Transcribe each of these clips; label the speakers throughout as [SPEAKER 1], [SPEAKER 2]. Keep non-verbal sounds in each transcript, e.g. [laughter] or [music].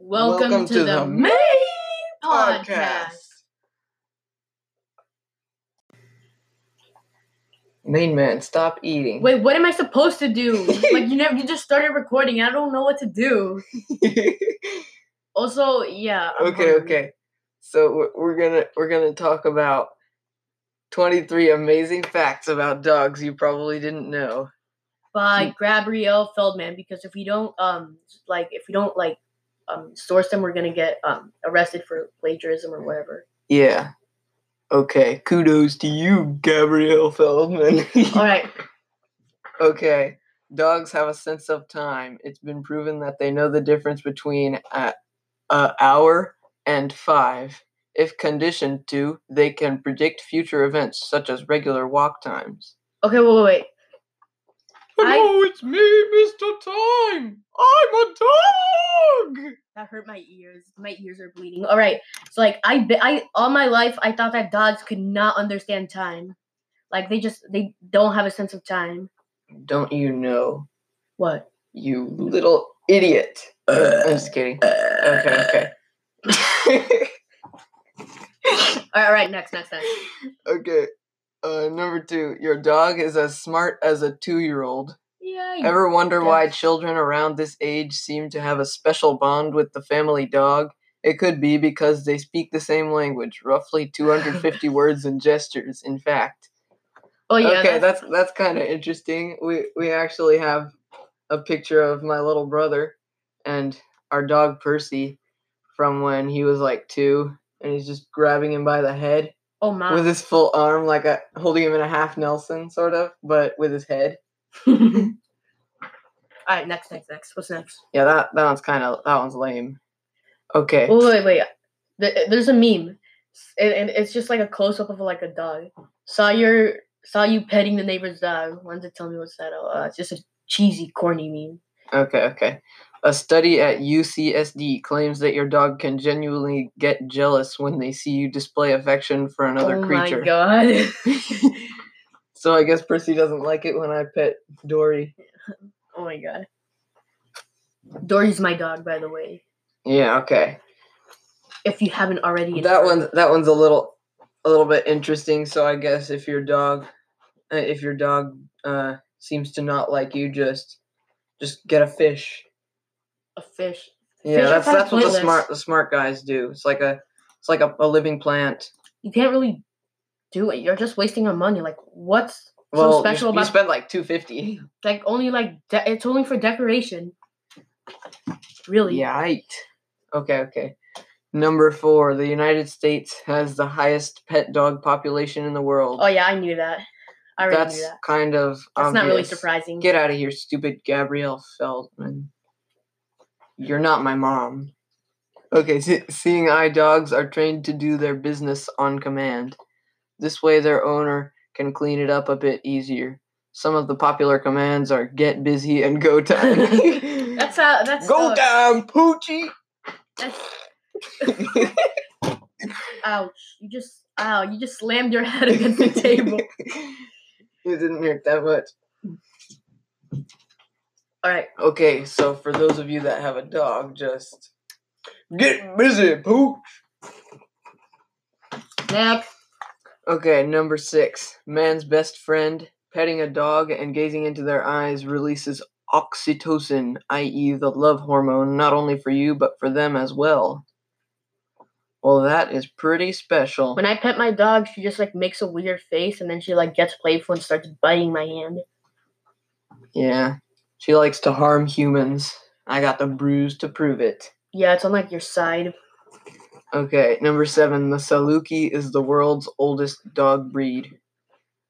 [SPEAKER 1] Welcome, to, the, main podcast.
[SPEAKER 2] Main man, stop eating.
[SPEAKER 1] Wait, what am I supposed to [laughs] do? like you never, you just started recording. I don't know what to do.
[SPEAKER 2] [laughs] okay,
[SPEAKER 1] Also, yeah. I'm hungry.
[SPEAKER 2] okay. So we're, we're gonna we're gonna talk about twenty three amazing facts about dogs you probably didn't know.
[SPEAKER 1] By Gabrielle Feldman, because if we don't um like if we don't like um source them, we're gonna get um arrested for plagiarism or whatever.
[SPEAKER 2] Yeah. Okay. Kudos to you, Gabrielle [laughs] Feldman.
[SPEAKER 1] All right.
[SPEAKER 2] Okay. Dogs have a sense of time. It's been proven that they know the difference between a, a hour and five. If conditioned to, they can predict future events such as regular walk times.
[SPEAKER 1] Okay. Wait. Wait. wait. I-
[SPEAKER 2] it's me, Mr. Time. I'm a dog.
[SPEAKER 1] That hurt my ears. My ears are bleeding. All right. So like I be- I all my life I thought that dogs could not understand time. Like they just they don't have a sense of time.
[SPEAKER 2] Don't you know,
[SPEAKER 1] What?
[SPEAKER 2] you little idiot? I'm just kidding. Okay, [laughs] okay.
[SPEAKER 1] All right, all right, next, next, next.
[SPEAKER 2] okay. Uh, number two, your dog is as smart as a two year old.
[SPEAKER 1] Yeah. you-
[SPEAKER 2] Ever wonder
[SPEAKER 1] Yeah.
[SPEAKER 2] why children around this age seem to have a special bond with the family dog? It could be because they speak the same language,
[SPEAKER 1] [laughs]
[SPEAKER 2] roughly 250 words and gestures, in fact.
[SPEAKER 1] oh yeah.
[SPEAKER 2] okay,
[SPEAKER 1] that's-
[SPEAKER 2] that's that's, kind of interesting. We we actually have a picture of my little brother and our dog Percy from when he was like 2 and he's just grabbing him by the head
[SPEAKER 1] oh my. [laughs]
[SPEAKER 2] with his full arm like a holding him in a half Nelson sort of, but with his head.
[SPEAKER 1] all right, next, next, next. What's next?
[SPEAKER 2] Yeah, that that one's kind of that one's lame. Okay.
[SPEAKER 1] Oh wait, wait. Th- There's a meme, S- and, and it's just like a close up of like a dog. Saw your saw you petting the neighbor's dog. Wanted to tell me what's that? Oh, uh, it's just a cheesy, corny meme.
[SPEAKER 2] Okay, okay. A study at UCSD claims that your dog can genuinely get jealous when they see you display affection for another
[SPEAKER 1] oh
[SPEAKER 2] creature.
[SPEAKER 1] my god. [laughs]
[SPEAKER 2] So I guess Percy doesn't like it when I pet Dory.
[SPEAKER 1] Oh my god. Dory's my dog, by the way.
[SPEAKER 2] Yeah, okay.
[SPEAKER 1] If you haven't already,
[SPEAKER 2] That one's that one's a little a little bit interesting. So I guess if your dog uh, if your dog uh seems to not like you just just get a fish.
[SPEAKER 1] a fish. Fish
[SPEAKER 2] Yeah,
[SPEAKER 1] are
[SPEAKER 2] that's
[SPEAKER 1] kinda
[SPEAKER 2] that's what the
[SPEAKER 1] pointless.
[SPEAKER 2] smart the smart guys do. It's like a it's like a, a living plant.
[SPEAKER 1] You can't really do it. You're just wasting your money. Like, what's
[SPEAKER 2] Well,
[SPEAKER 1] so
[SPEAKER 2] you-
[SPEAKER 1] special
[SPEAKER 2] you,
[SPEAKER 1] about?
[SPEAKER 2] spend like two fifty.
[SPEAKER 1] like, only like de- it's only for decoration. Really?
[SPEAKER 2] Yeah. right. Okay. Okay. Number four, the United States has the highest pet dog population in the world.
[SPEAKER 1] Oh yeah, I knew that. I already
[SPEAKER 2] that's
[SPEAKER 1] knew that.
[SPEAKER 2] kind of
[SPEAKER 1] That's not really
[SPEAKER 2] obvious.
[SPEAKER 1] surprising.
[SPEAKER 2] Get out of here, stupid Gabrielle Feldman. You're not my mom. Okay, see- seeing eye dogs are trained to do their business on command. This way, their owner can clean it up a bit easier. Some of the popular commands are get busy and [laughs] go time.
[SPEAKER 1] that's
[SPEAKER 2] [laughs]
[SPEAKER 1] how. That's
[SPEAKER 2] go
[SPEAKER 1] how-
[SPEAKER 2] time, Poochie! [laughs]
[SPEAKER 1] That's, ouch! You just ow! You just slammed your [laughs] head against the
[SPEAKER 2] [laughs]
[SPEAKER 1] table.
[SPEAKER 2] it didn't hurt that much.
[SPEAKER 1] All right.
[SPEAKER 2] Okay, so for those of you that have a dog, just get busy, Pooch!
[SPEAKER 1] Next.
[SPEAKER 2] Okay, number six. Man's best friend. Petting a dog and gazing into their eyes releases oxytocin, i.e., the love hormone, not only for you, but for them as well. Well, that is pretty special.
[SPEAKER 1] When I pet my dog, she just like makes a weird face and then she like gets playful and starts biting my hand.
[SPEAKER 2] yeah. She likes to harm humans. I got the bruise to prove it.
[SPEAKER 1] Yeah, it's on like your side.
[SPEAKER 2] Okay, number seven. The Saluki is the world's oldest dog breed.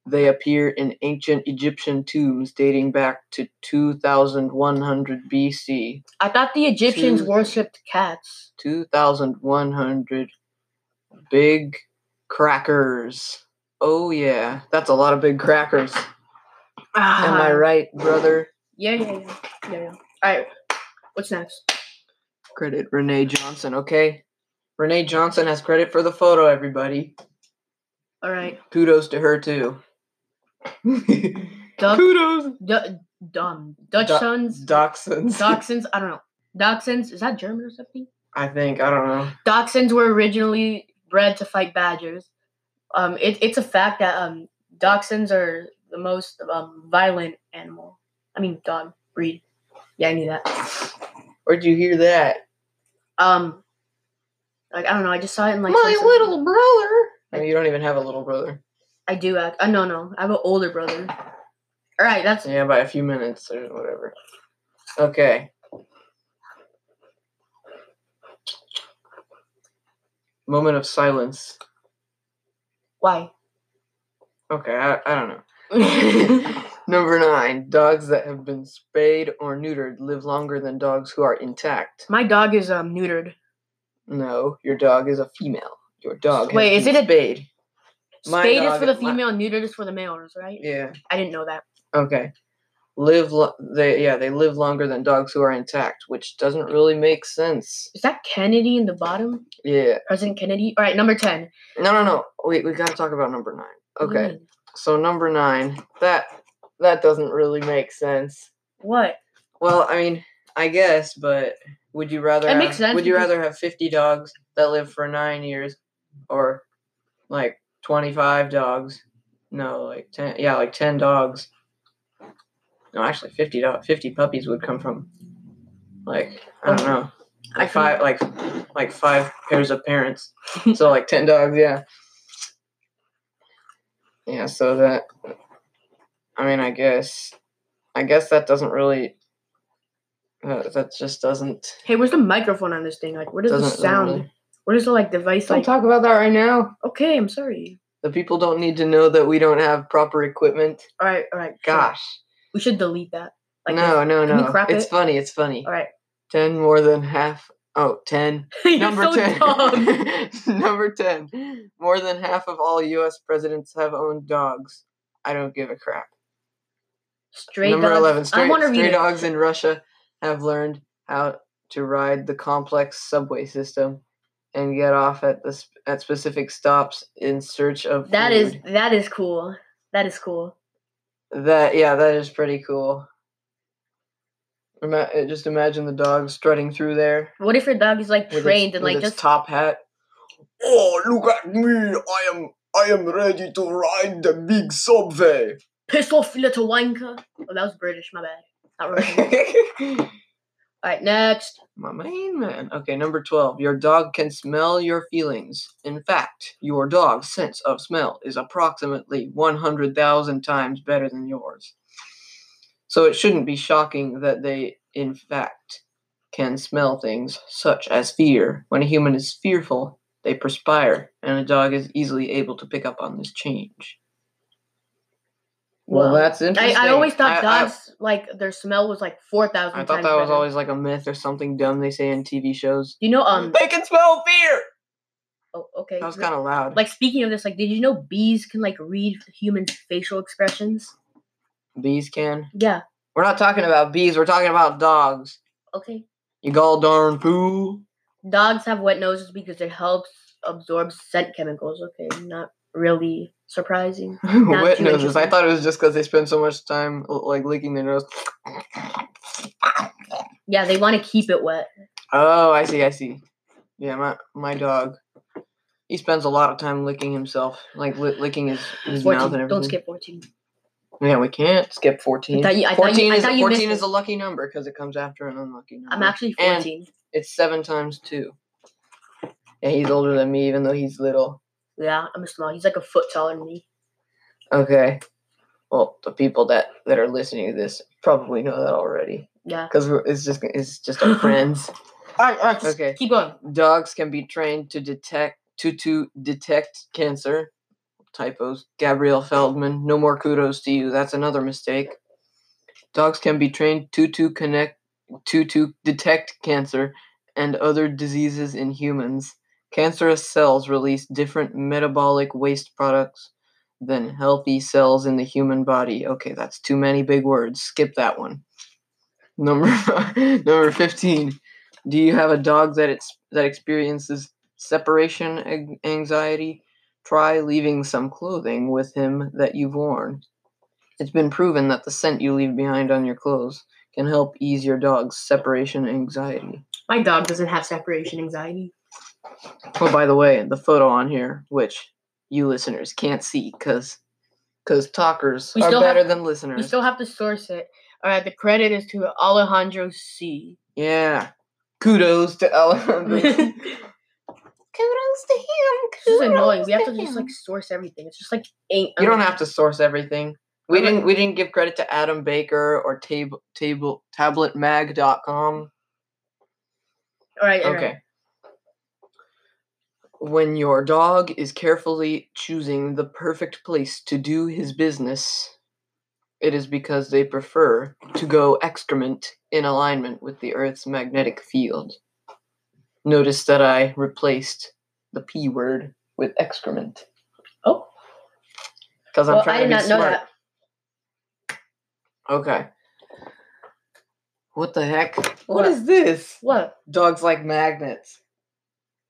[SPEAKER 2] They appear in ancient Egyptian tombs dating back to 2100 BC.
[SPEAKER 1] I thought the Egyptians
[SPEAKER 2] Two-
[SPEAKER 1] worshipped cats.
[SPEAKER 2] 2,100 big crackers. Oh, yeah. That's a lot of big crackers. Am I
[SPEAKER 1] Ah.
[SPEAKER 2] right, brother?
[SPEAKER 1] Yeah, yeah, yeah, yeah. yeah. All right, what's next?
[SPEAKER 2] Credit Renee Johnson, okay? Renee Johnson has credit for the photo, everybody.
[SPEAKER 1] All right,
[SPEAKER 2] Kudos to her, too. [laughs]
[SPEAKER 1] Doc,
[SPEAKER 2] Kudos.
[SPEAKER 1] du- dumb Dutch
[SPEAKER 2] Du-
[SPEAKER 1] sons,
[SPEAKER 2] Dachshunds.
[SPEAKER 1] dachshunds. I don't know. Dachshunds is that German or something?
[SPEAKER 2] I think I don't know.
[SPEAKER 1] Dachshunds were originally bred to fight badgers. Um, it, it's a fact that um, dachshunds are the most um, violent animal. I mean, dog breed. Yeah, I knew that.
[SPEAKER 2] Where'd you hear that?
[SPEAKER 1] Um, like I don't know. I just saw it in like
[SPEAKER 2] My
[SPEAKER 1] some-
[SPEAKER 2] little brother. No, you don't even have a little brother.
[SPEAKER 1] I do. Act, uh, no, no. I have an older brother. All right, that's
[SPEAKER 2] Yeah, by a few minutes or whatever. Okay. Moment of silence.
[SPEAKER 1] why. [laughs]
[SPEAKER 2] Okay, I, I don't know. [laughs] Number nine, dogs that have been spayed or neutered live longer than dogs who are intact.
[SPEAKER 1] My dog is um neutered.
[SPEAKER 2] No, your dog is a female. Your dog.
[SPEAKER 1] Wait, is
[SPEAKER 2] has been
[SPEAKER 1] it a-
[SPEAKER 2] spayed? My
[SPEAKER 1] Spayed is
[SPEAKER 2] dog-
[SPEAKER 1] for the
[SPEAKER 2] my-
[SPEAKER 1] female, neutered is for the males, right?
[SPEAKER 2] Yeah.
[SPEAKER 1] I didn't know that.
[SPEAKER 2] Okay. Live. Lo- they yeah they live longer than dogs who are intact, which doesn't really make sense.
[SPEAKER 1] Is that Kennedy in the bottom?
[SPEAKER 2] Yeah.
[SPEAKER 1] President Kennedy. All right, number ten.
[SPEAKER 2] No no no. Wait, we gotta talk about number nine.
[SPEAKER 1] What do you
[SPEAKER 2] Okay.
[SPEAKER 1] mean?
[SPEAKER 2] So number nine, that that doesn't really make sense.
[SPEAKER 1] What?
[SPEAKER 2] Well, I mean, I guess, but would you rather
[SPEAKER 1] It
[SPEAKER 2] have,
[SPEAKER 1] makes sense
[SPEAKER 2] would you
[SPEAKER 1] because-
[SPEAKER 2] rather have 50 dogs that live for 9 years or like 25 dogs? No, like 10 yeah, like 10 dogs. No, actually 50 dog, 50 puppies would come from like I don't know.
[SPEAKER 1] I
[SPEAKER 2] Like
[SPEAKER 1] can-
[SPEAKER 2] five like like five pairs
[SPEAKER 1] [laughs]
[SPEAKER 2] of parents. so like 10 dogs, yeah. Yeah, so that I mean, I guess I guess that doesn't really that, that just doesn't
[SPEAKER 1] Hey, where's the microphone on this thing? Like, where does
[SPEAKER 2] doesn't
[SPEAKER 1] the
[SPEAKER 2] doesn't
[SPEAKER 1] sound?
[SPEAKER 2] really-
[SPEAKER 1] Where does the like device
[SPEAKER 2] Don't
[SPEAKER 1] like?
[SPEAKER 2] talk about that right now.
[SPEAKER 1] Okay, I'm sorry.
[SPEAKER 2] The people don't need to know that we don't have proper equipment.
[SPEAKER 1] All right, all right. sure.
[SPEAKER 2] Gosh,
[SPEAKER 1] we should delete that.
[SPEAKER 2] no, no,
[SPEAKER 1] can we
[SPEAKER 2] no.
[SPEAKER 1] crop
[SPEAKER 2] It's
[SPEAKER 1] it?
[SPEAKER 2] funny. It's funny.
[SPEAKER 1] All right.
[SPEAKER 2] Ten more than half. Oh, ten.
[SPEAKER 1] [laughs] You're
[SPEAKER 2] Number
[SPEAKER 1] so
[SPEAKER 2] ten. [laughs]
[SPEAKER 1] dumb.
[SPEAKER 2] Number ten. More than half of all U.S. presidents have owned dogs. I don't give a crap.
[SPEAKER 1] Stray
[SPEAKER 2] Number
[SPEAKER 1] dogs.
[SPEAKER 2] eleven.
[SPEAKER 1] I
[SPEAKER 2] Stray,
[SPEAKER 1] want to read
[SPEAKER 2] stray
[SPEAKER 1] it.
[SPEAKER 2] dogs in Russia have learned how to ride the complex subway system and get off at the sp- at specific stops in search of
[SPEAKER 1] That is
[SPEAKER 2] food.
[SPEAKER 1] that is cool. That is cool.
[SPEAKER 2] That yeah, that is pretty cool. Ima- uh, just imagine the dog strutting through there
[SPEAKER 1] What if your dog is like
[SPEAKER 2] with its-
[SPEAKER 1] trained and
[SPEAKER 2] with
[SPEAKER 1] like
[SPEAKER 2] its
[SPEAKER 1] just
[SPEAKER 2] top hat.
[SPEAKER 3] Oh, look at me! I am I am ready to ride the
[SPEAKER 1] [laughs]
[SPEAKER 3] big subway.
[SPEAKER 1] piss off little wanker? Oh, that was British. My bad.
[SPEAKER 2] [laughs]
[SPEAKER 1] Not Russian. All right, next.
[SPEAKER 2] My main man. Okay, number twelve. Your dog can smell your feelings. In fact, your dog's sense of smell is approximately one hundred thousand times better than yours. So it shouldn't be shocking that they, in fact, can smell things such as fear. When a human is fearful, they perspire, and a dog is easily able to pick up on this change. Well,
[SPEAKER 1] Well,
[SPEAKER 2] that's
[SPEAKER 1] I,
[SPEAKER 2] interesting.
[SPEAKER 1] I always thought
[SPEAKER 2] I- I-
[SPEAKER 1] dogs like their smell was like four thousand.
[SPEAKER 2] I,
[SPEAKER 1] times
[SPEAKER 2] thought that was
[SPEAKER 1] better.
[SPEAKER 2] always like a myth or something dumb they say in TV shows.
[SPEAKER 1] You know, um.
[SPEAKER 2] they can smell fear.
[SPEAKER 1] Oh, okay.
[SPEAKER 2] Mm. That was
[SPEAKER 1] you're-
[SPEAKER 2] kind of loud.
[SPEAKER 1] Like speaking of this, like, did you know bees can like read human facial expressions?
[SPEAKER 2] bees can.
[SPEAKER 1] Yeah.
[SPEAKER 2] We're not talking about bees. We're talking about dogs.
[SPEAKER 1] Okay.
[SPEAKER 2] You gall darn fool. [laughs]
[SPEAKER 1] Dogs have wet noses because it helps absorb scent chemicals. Okay, not really surprising.
[SPEAKER 2] Wet
[SPEAKER 1] too
[SPEAKER 2] noses. I
[SPEAKER 1] interesting.
[SPEAKER 2] thought it was just because they spend so much time l- like licking their nose.
[SPEAKER 1] Yeah, they want to keep it wet.
[SPEAKER 2] Oh, I see. I see. Yeah, my my dog. He spends a lot of time licking himself, like li- licking his, his mouth and
[SPEAKER 1] Fourteen.
[SPEAKER 2] everything.
[SPEAKER 1] Don't skip fourteen.
[SPEAKER 2] Yeah, we can't skip fourteen.
[SPEAKER 1] I thought you- I thought you-
[SPEAKER 2] fourteen
[SPEAKER 1] I
[SPEAKER 2] is
[SPEAKER 1] thought you missed
[SPEAKER 2] fourteen is
[SPEAKER 1] it.
[SPEAKER 2] a lucky number because it comes after an unlucky number.
[SPEAKER 1] I'm actually
[SPEAKER 2] And-
[SPEAKER 1] fourteen.
[SPEAKER 2] It's seven times two. Yeah, he's older than me, even though he's little.
[SPEAKER 1] yeah, I'm small. He's like a foot taller than me.
[SPEAKER 2] Okay. Well, the people that that are listening to this probably know that already,
[SPEAKER 1] Yeah.
[SPEAKER 2] because it's just it's just our friends.
[SPEAKER 1] Alright, alright.
[SPEAKER 2] Okay.
[SPEAKER 1] Keep going.
[SPEAKER 2] Dogs can be trained to detect to to detect cancer. Typos. Gabrielle Feldman. No more kudos to you. That's another mistake. Dogs can be trained to to connect to to detect cancer and other diseases in humans. Cancerous cells release different metabolic waste products than healthy cells in the human body. Okay, that's too many big words. Skip that one. Number [laughs] number 15. Do you have a dog that it's that experiences separation an- anxiety? Try leaving some clothing with him that you've worn. It's been proven that the scent you leave behind on your clothes can help ease your dog's separation anxiety.
[SPEAKER 1] My dog doesn't have separation anxiety.
[SPEAKER 2] Oh, by the way, the photo on here, which you listeners can't see because because talkers
[SPEAKER 1] We
[SPEAKER 2] are
[SPEAKER 1] still have-
[SPEAKER 2] better than
[SPEAKER 1] We
[SPEAKER 2] listeners.
[SPEAKER 1] still have to source it. All right, the credit is to Alejandro C.
[SPEAKER 2] [laughs] yeah. Kudos
[SPEAKER 1] [laughs]
[SPEAKER 2] to Alejandro.
[SPEAKER 1] this
[SPEAKER 2] Kudos to him.
[SPEAKER 1] is annoying. We have to just like source everything. It's just like ain't.
[SPEAKER 2] You don't have to source everything. We
[SPEAKER 1] I'm like-
[SPEAKER 2] didn't we didn't give credit to Adam Baker or table table tabletmag.com.
[SPEAKER 1] All right. all right.
[SPEAKER 2] Okay. When your dog is carefully choosing the perfect place to do his business, it is because they prefer to go excrement in alignment with the Earth's magnetic field. Notice that I replaced the P word with excrement.
[SPEAKER 1] Oh.
[SPEAKER 2] Because I'm
[SPEAKER 1] Well, I
[SPEAKER 2] trying
[SPEAKER 1] did
[SPEAKER 2] to
[SPEAKER 1] not
[SPEAKER 2] be
[SPEAKER 1] know
[SPEAKER 2] smart.
[SPEAKER 1] that.
[SPEAKER 2] Okay. What the heck?
[SPEAKER 1] What?
[SPEAKER 2] what is this?
[SPEAKER 1] What?
[SPEAKER 2] Dogs like magnets.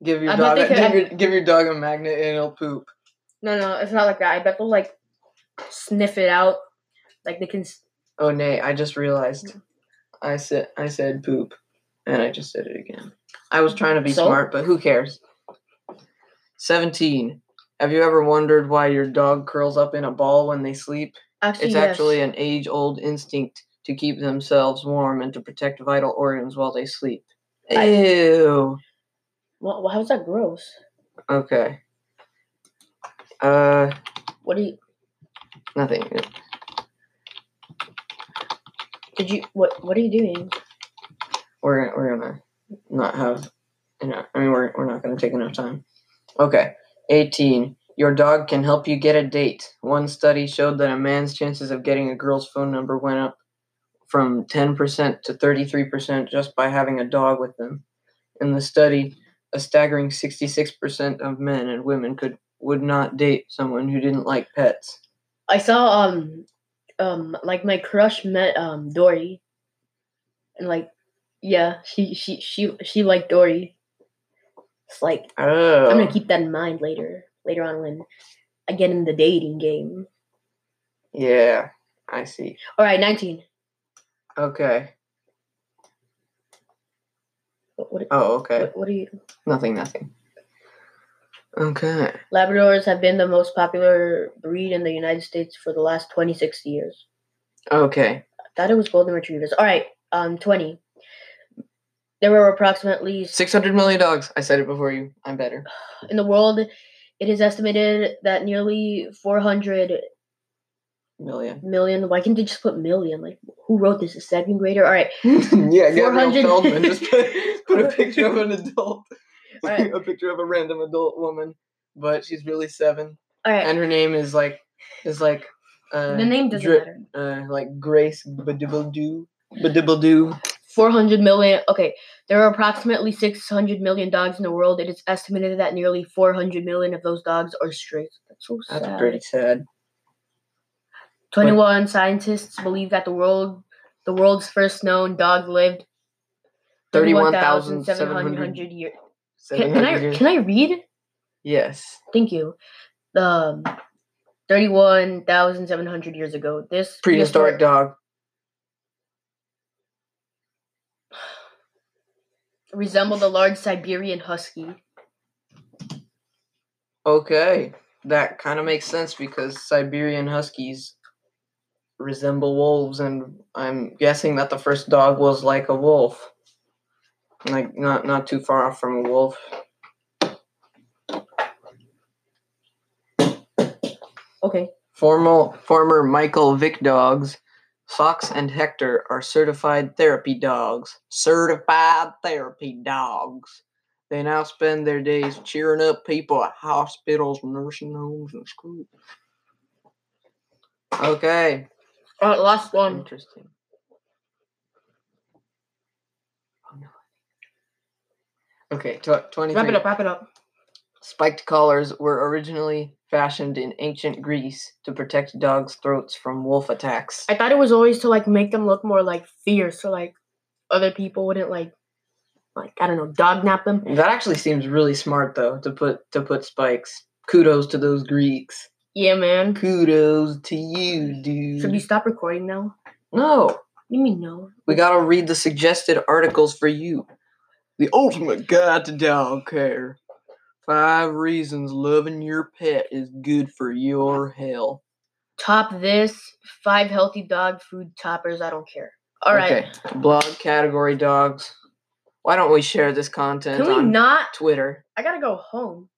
[SPEAKER 2] Give your
[SPEAKER 1] I bet
[SPEAKER 2] dog
[SPEAKER 1] they
[SPEAKER 2] a,
[SPEAKER 1] could
[SPEAKER 2] give,
[SPEAKER 1] have-
[SPEAKER 2] your, give your dog a magnet and it'll poop.
[SPEAKER 1] No, no, it's not like that. I bet they'll like sniff it out. Like they can. s-
[SPEAKER 2] Oh nay, I just realized. I said I said poop and I just said it again. I was trying to be
[SPEAKER 1] So?
[SPEAKER 2] smart, but who cares? 17. Have you ever wondered why your dog curls up in a ball when they sleep?
[SPEAKER 1] Actually,
[SPEAKER 2] It's
[SPEAKER 1] yes.
[SPEAKER 2] actually an age old instinct to keep themselves warm and to protect vital organs while they sleep.
[SPEAKER 1] I-
[SPEAKER 2] Ew.
[SPEAKER 1] Wha- wha- how's that gross?
[SPEAKER 2] Okay. Uh,
[SPEAKER 1] What do you?
[SPEAKER 2] nothing.
[SPEAKER 1] Did you? What? What are you doing?
[SPEAKER 2] We're gonna, we're gonna not have. You know, I mean, we're we're not gonna take enough time. Okay. Eighteen. Your dog can help you get a date. One study showed that a man's chances of getting a girl's phone number went up from ten percent to thirty-three percent just by having a dog with them. In the study, a staggering sixty-six percent of men and women could would not date someone who didn't like pets.
[SPEAKER 1] I saw um um like my crush met um Dory, and like yeah, she she she she liked Dory. It's like
[SPEAKER 2] Oh.
[SPEAKER 1] I'm gonna keep that in mind later later on when I get in the dating game.
[SPEAKER 2] yeah, I see.
[SPEAKER 1] All right, nineteen.
[SPEAKER 2] Okay.
[SPEAKER 1] What what,
[SPEAKER 2] Oh, okay.
[SPEAKER 1] what, what are you?
[SPEAKER 2] Nothing, nothing. Okay.
[SPEAKER 1] Labradors have been the most popular breed in the United States for the last 26 years.
[SPEAKER 2] Okay.
[SPEAKER 1] thought it was golden retrievers. All right, um, 20. There were approximately s-
[SPEAKER 2] 600 million dogs. I said it before you. I'm better.
[SPEAKER 1] in the world. It is estimated that nearly 400 [laughs]
[SPEAKER 2] Million.
[SPEAKER 1] million. Why can't they just put million? Like, who wrote this? A second grader? All right,
[SPEAKER 2] yeah,
[SPEAKER 1] 400
[SPEAKER 2] Gabriel Feldman just
[SPEAKER 1] [laughs]
[SPEAKER 2] put, put a picture of an adult.
[SPEAKER 1] Alright.
[SPEAKER 2] [laughs] a picture of a random adult woman, but she's really 7
[SPEAKER 1] all right.
[SPEAKER 2] and her name is like is like uh
[SPEAKER 1] the name doesn't
[SPEAKER 2] Dri-
[SPEAKER 1] matter.
[SPEAKER 2] uh like Grace Badibledoo. Badibledoo.
[SPEAKER 1] 400 million. Okay, there are approximately 600 million dogs in the world. It is estimated that nearly 400 million of those dogs are strays. That's so sad.
[SPEAKER 2] That's pretty sad.
[SPEAKER 1] 21 scientists believe that the world the world's first known dog lived
[SPEAKER 2] 31,700
[SPEAKER 1] years. Can, can
[SPEAKER 2] 700
[SPEAKER 1] I
[SPEAKER 2] years.
[SPEAKER 1] can I read?
[SPEAKER 2] Yes.
[SPEAKER 1] Thank you. Um 31,700 years ago. This
[SPEAKER 2] Prehistoric dog.
[SPEAKER 1] resembled a large Siberian husky.
[SPEAKER 2] Okay, that kind of makes sense because Siberian Huskies resemble wolves, and I'm guessing that the first dog was like a wolf, like not not too far off from a wolf.
[SPEAKER 1] Okay.
[SPEAKER 2] Formal former Michael Vick dogs, Fox and Hector are certified therapy dogs. Certified therapy dogs. They now spend their days cheering up people at hospitals, nursing homes, and schools. Okay.
[SPEAKER 1] All right, Uh, last one.
[SPEAKER 2] Interesting. Oh, Okay, tw- 23.
[SPEAKER 1] Wrap it up, wrap it up.
[SPEAKER 2] Spiked collars were originally fashioned in ancient Greece to protect dogs' throats from wolf attacks.
[SPEAKER 1] I thought it was always to like make them look more like fierce so like other people wouldn't like like I don't know, dog nap them.
[SPEAKER 2] That actually seems really smart though to put to put spikes. Kudos to those Greeks.
[SPEAKER 1] Yeah, man.
[SPEAKER 2] Kudos to you,
[SPEAKER 1] Should we
[SPEAKER 2] dude.
[SPEAKER 1] stop recording now?
[SPEAKER 2] No,
[SPEAKER 1] You mean no?
[SPEAKER 2] we gotta read the suggested articles for you. The ultimate guide to dog care. Five reasons loving your pet is good for your health.
[SPEAKER 1] Top this five healthy dog food toppers. I don't care. All right.
[SPEAKER 2] Okay. Blog category dogs. Why don't we share this content
[SPEAKER 1] Can we
[SPEAKER 2] on
[SPEAKER 1] not?
[SPEAKER 2] Twitter?
[SPEAKER 1] I gotta go home.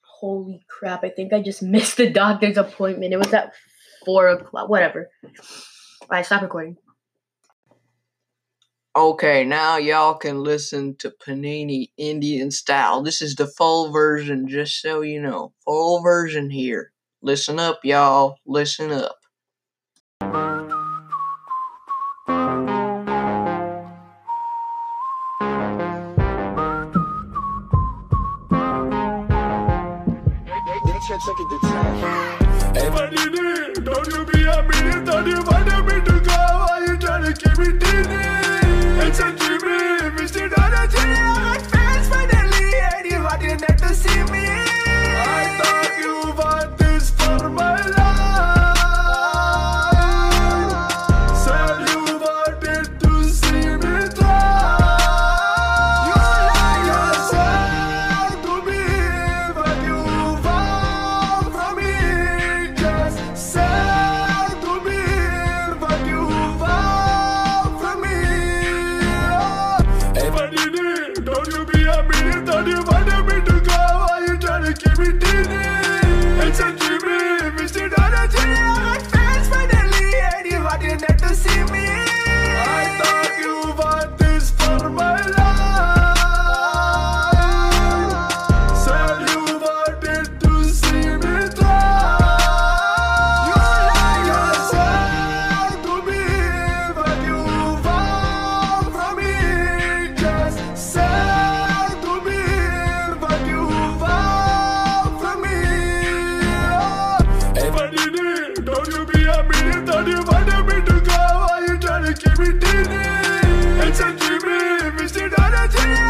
[SPEAKER 1] Holy crap! I think I just missed the doctor's appointment. It was at four o'clock. Whatever. All right, stop recording.
[SPEAKER 2] Okay, now y'all can listen to Panini Indian style. This is the full version, just so you know. Full version here. Listen up, y'all. Listen up.
[SPEAKER 3] Panini, don't you be a minute, don't you want me to go? Why you trying to keep me dizzy? It's a dreamy, Mr. Donna General fans finally, and you wanted not to see me. I thought you want this for my life. Said you wanted to see me try. You lie yourself to me, but you want from me. Just say to me what you want from me. Hey, Panini, don't you be a minute, don't you want me to go? Why you trying to keep me dizzy? It's a dreamy, Mr. Donna General fans finally, and you wanted not to see me. I thought you want this for my life. Said you wanted to see me try. You lie yourself to me, but you want from me. Just say to me what you want from me. Hey, Panini, don't you be a minute, don't you want me to go? Why you trying to keep me dizzy? It's a dreamy, Mr. Donna Jenny,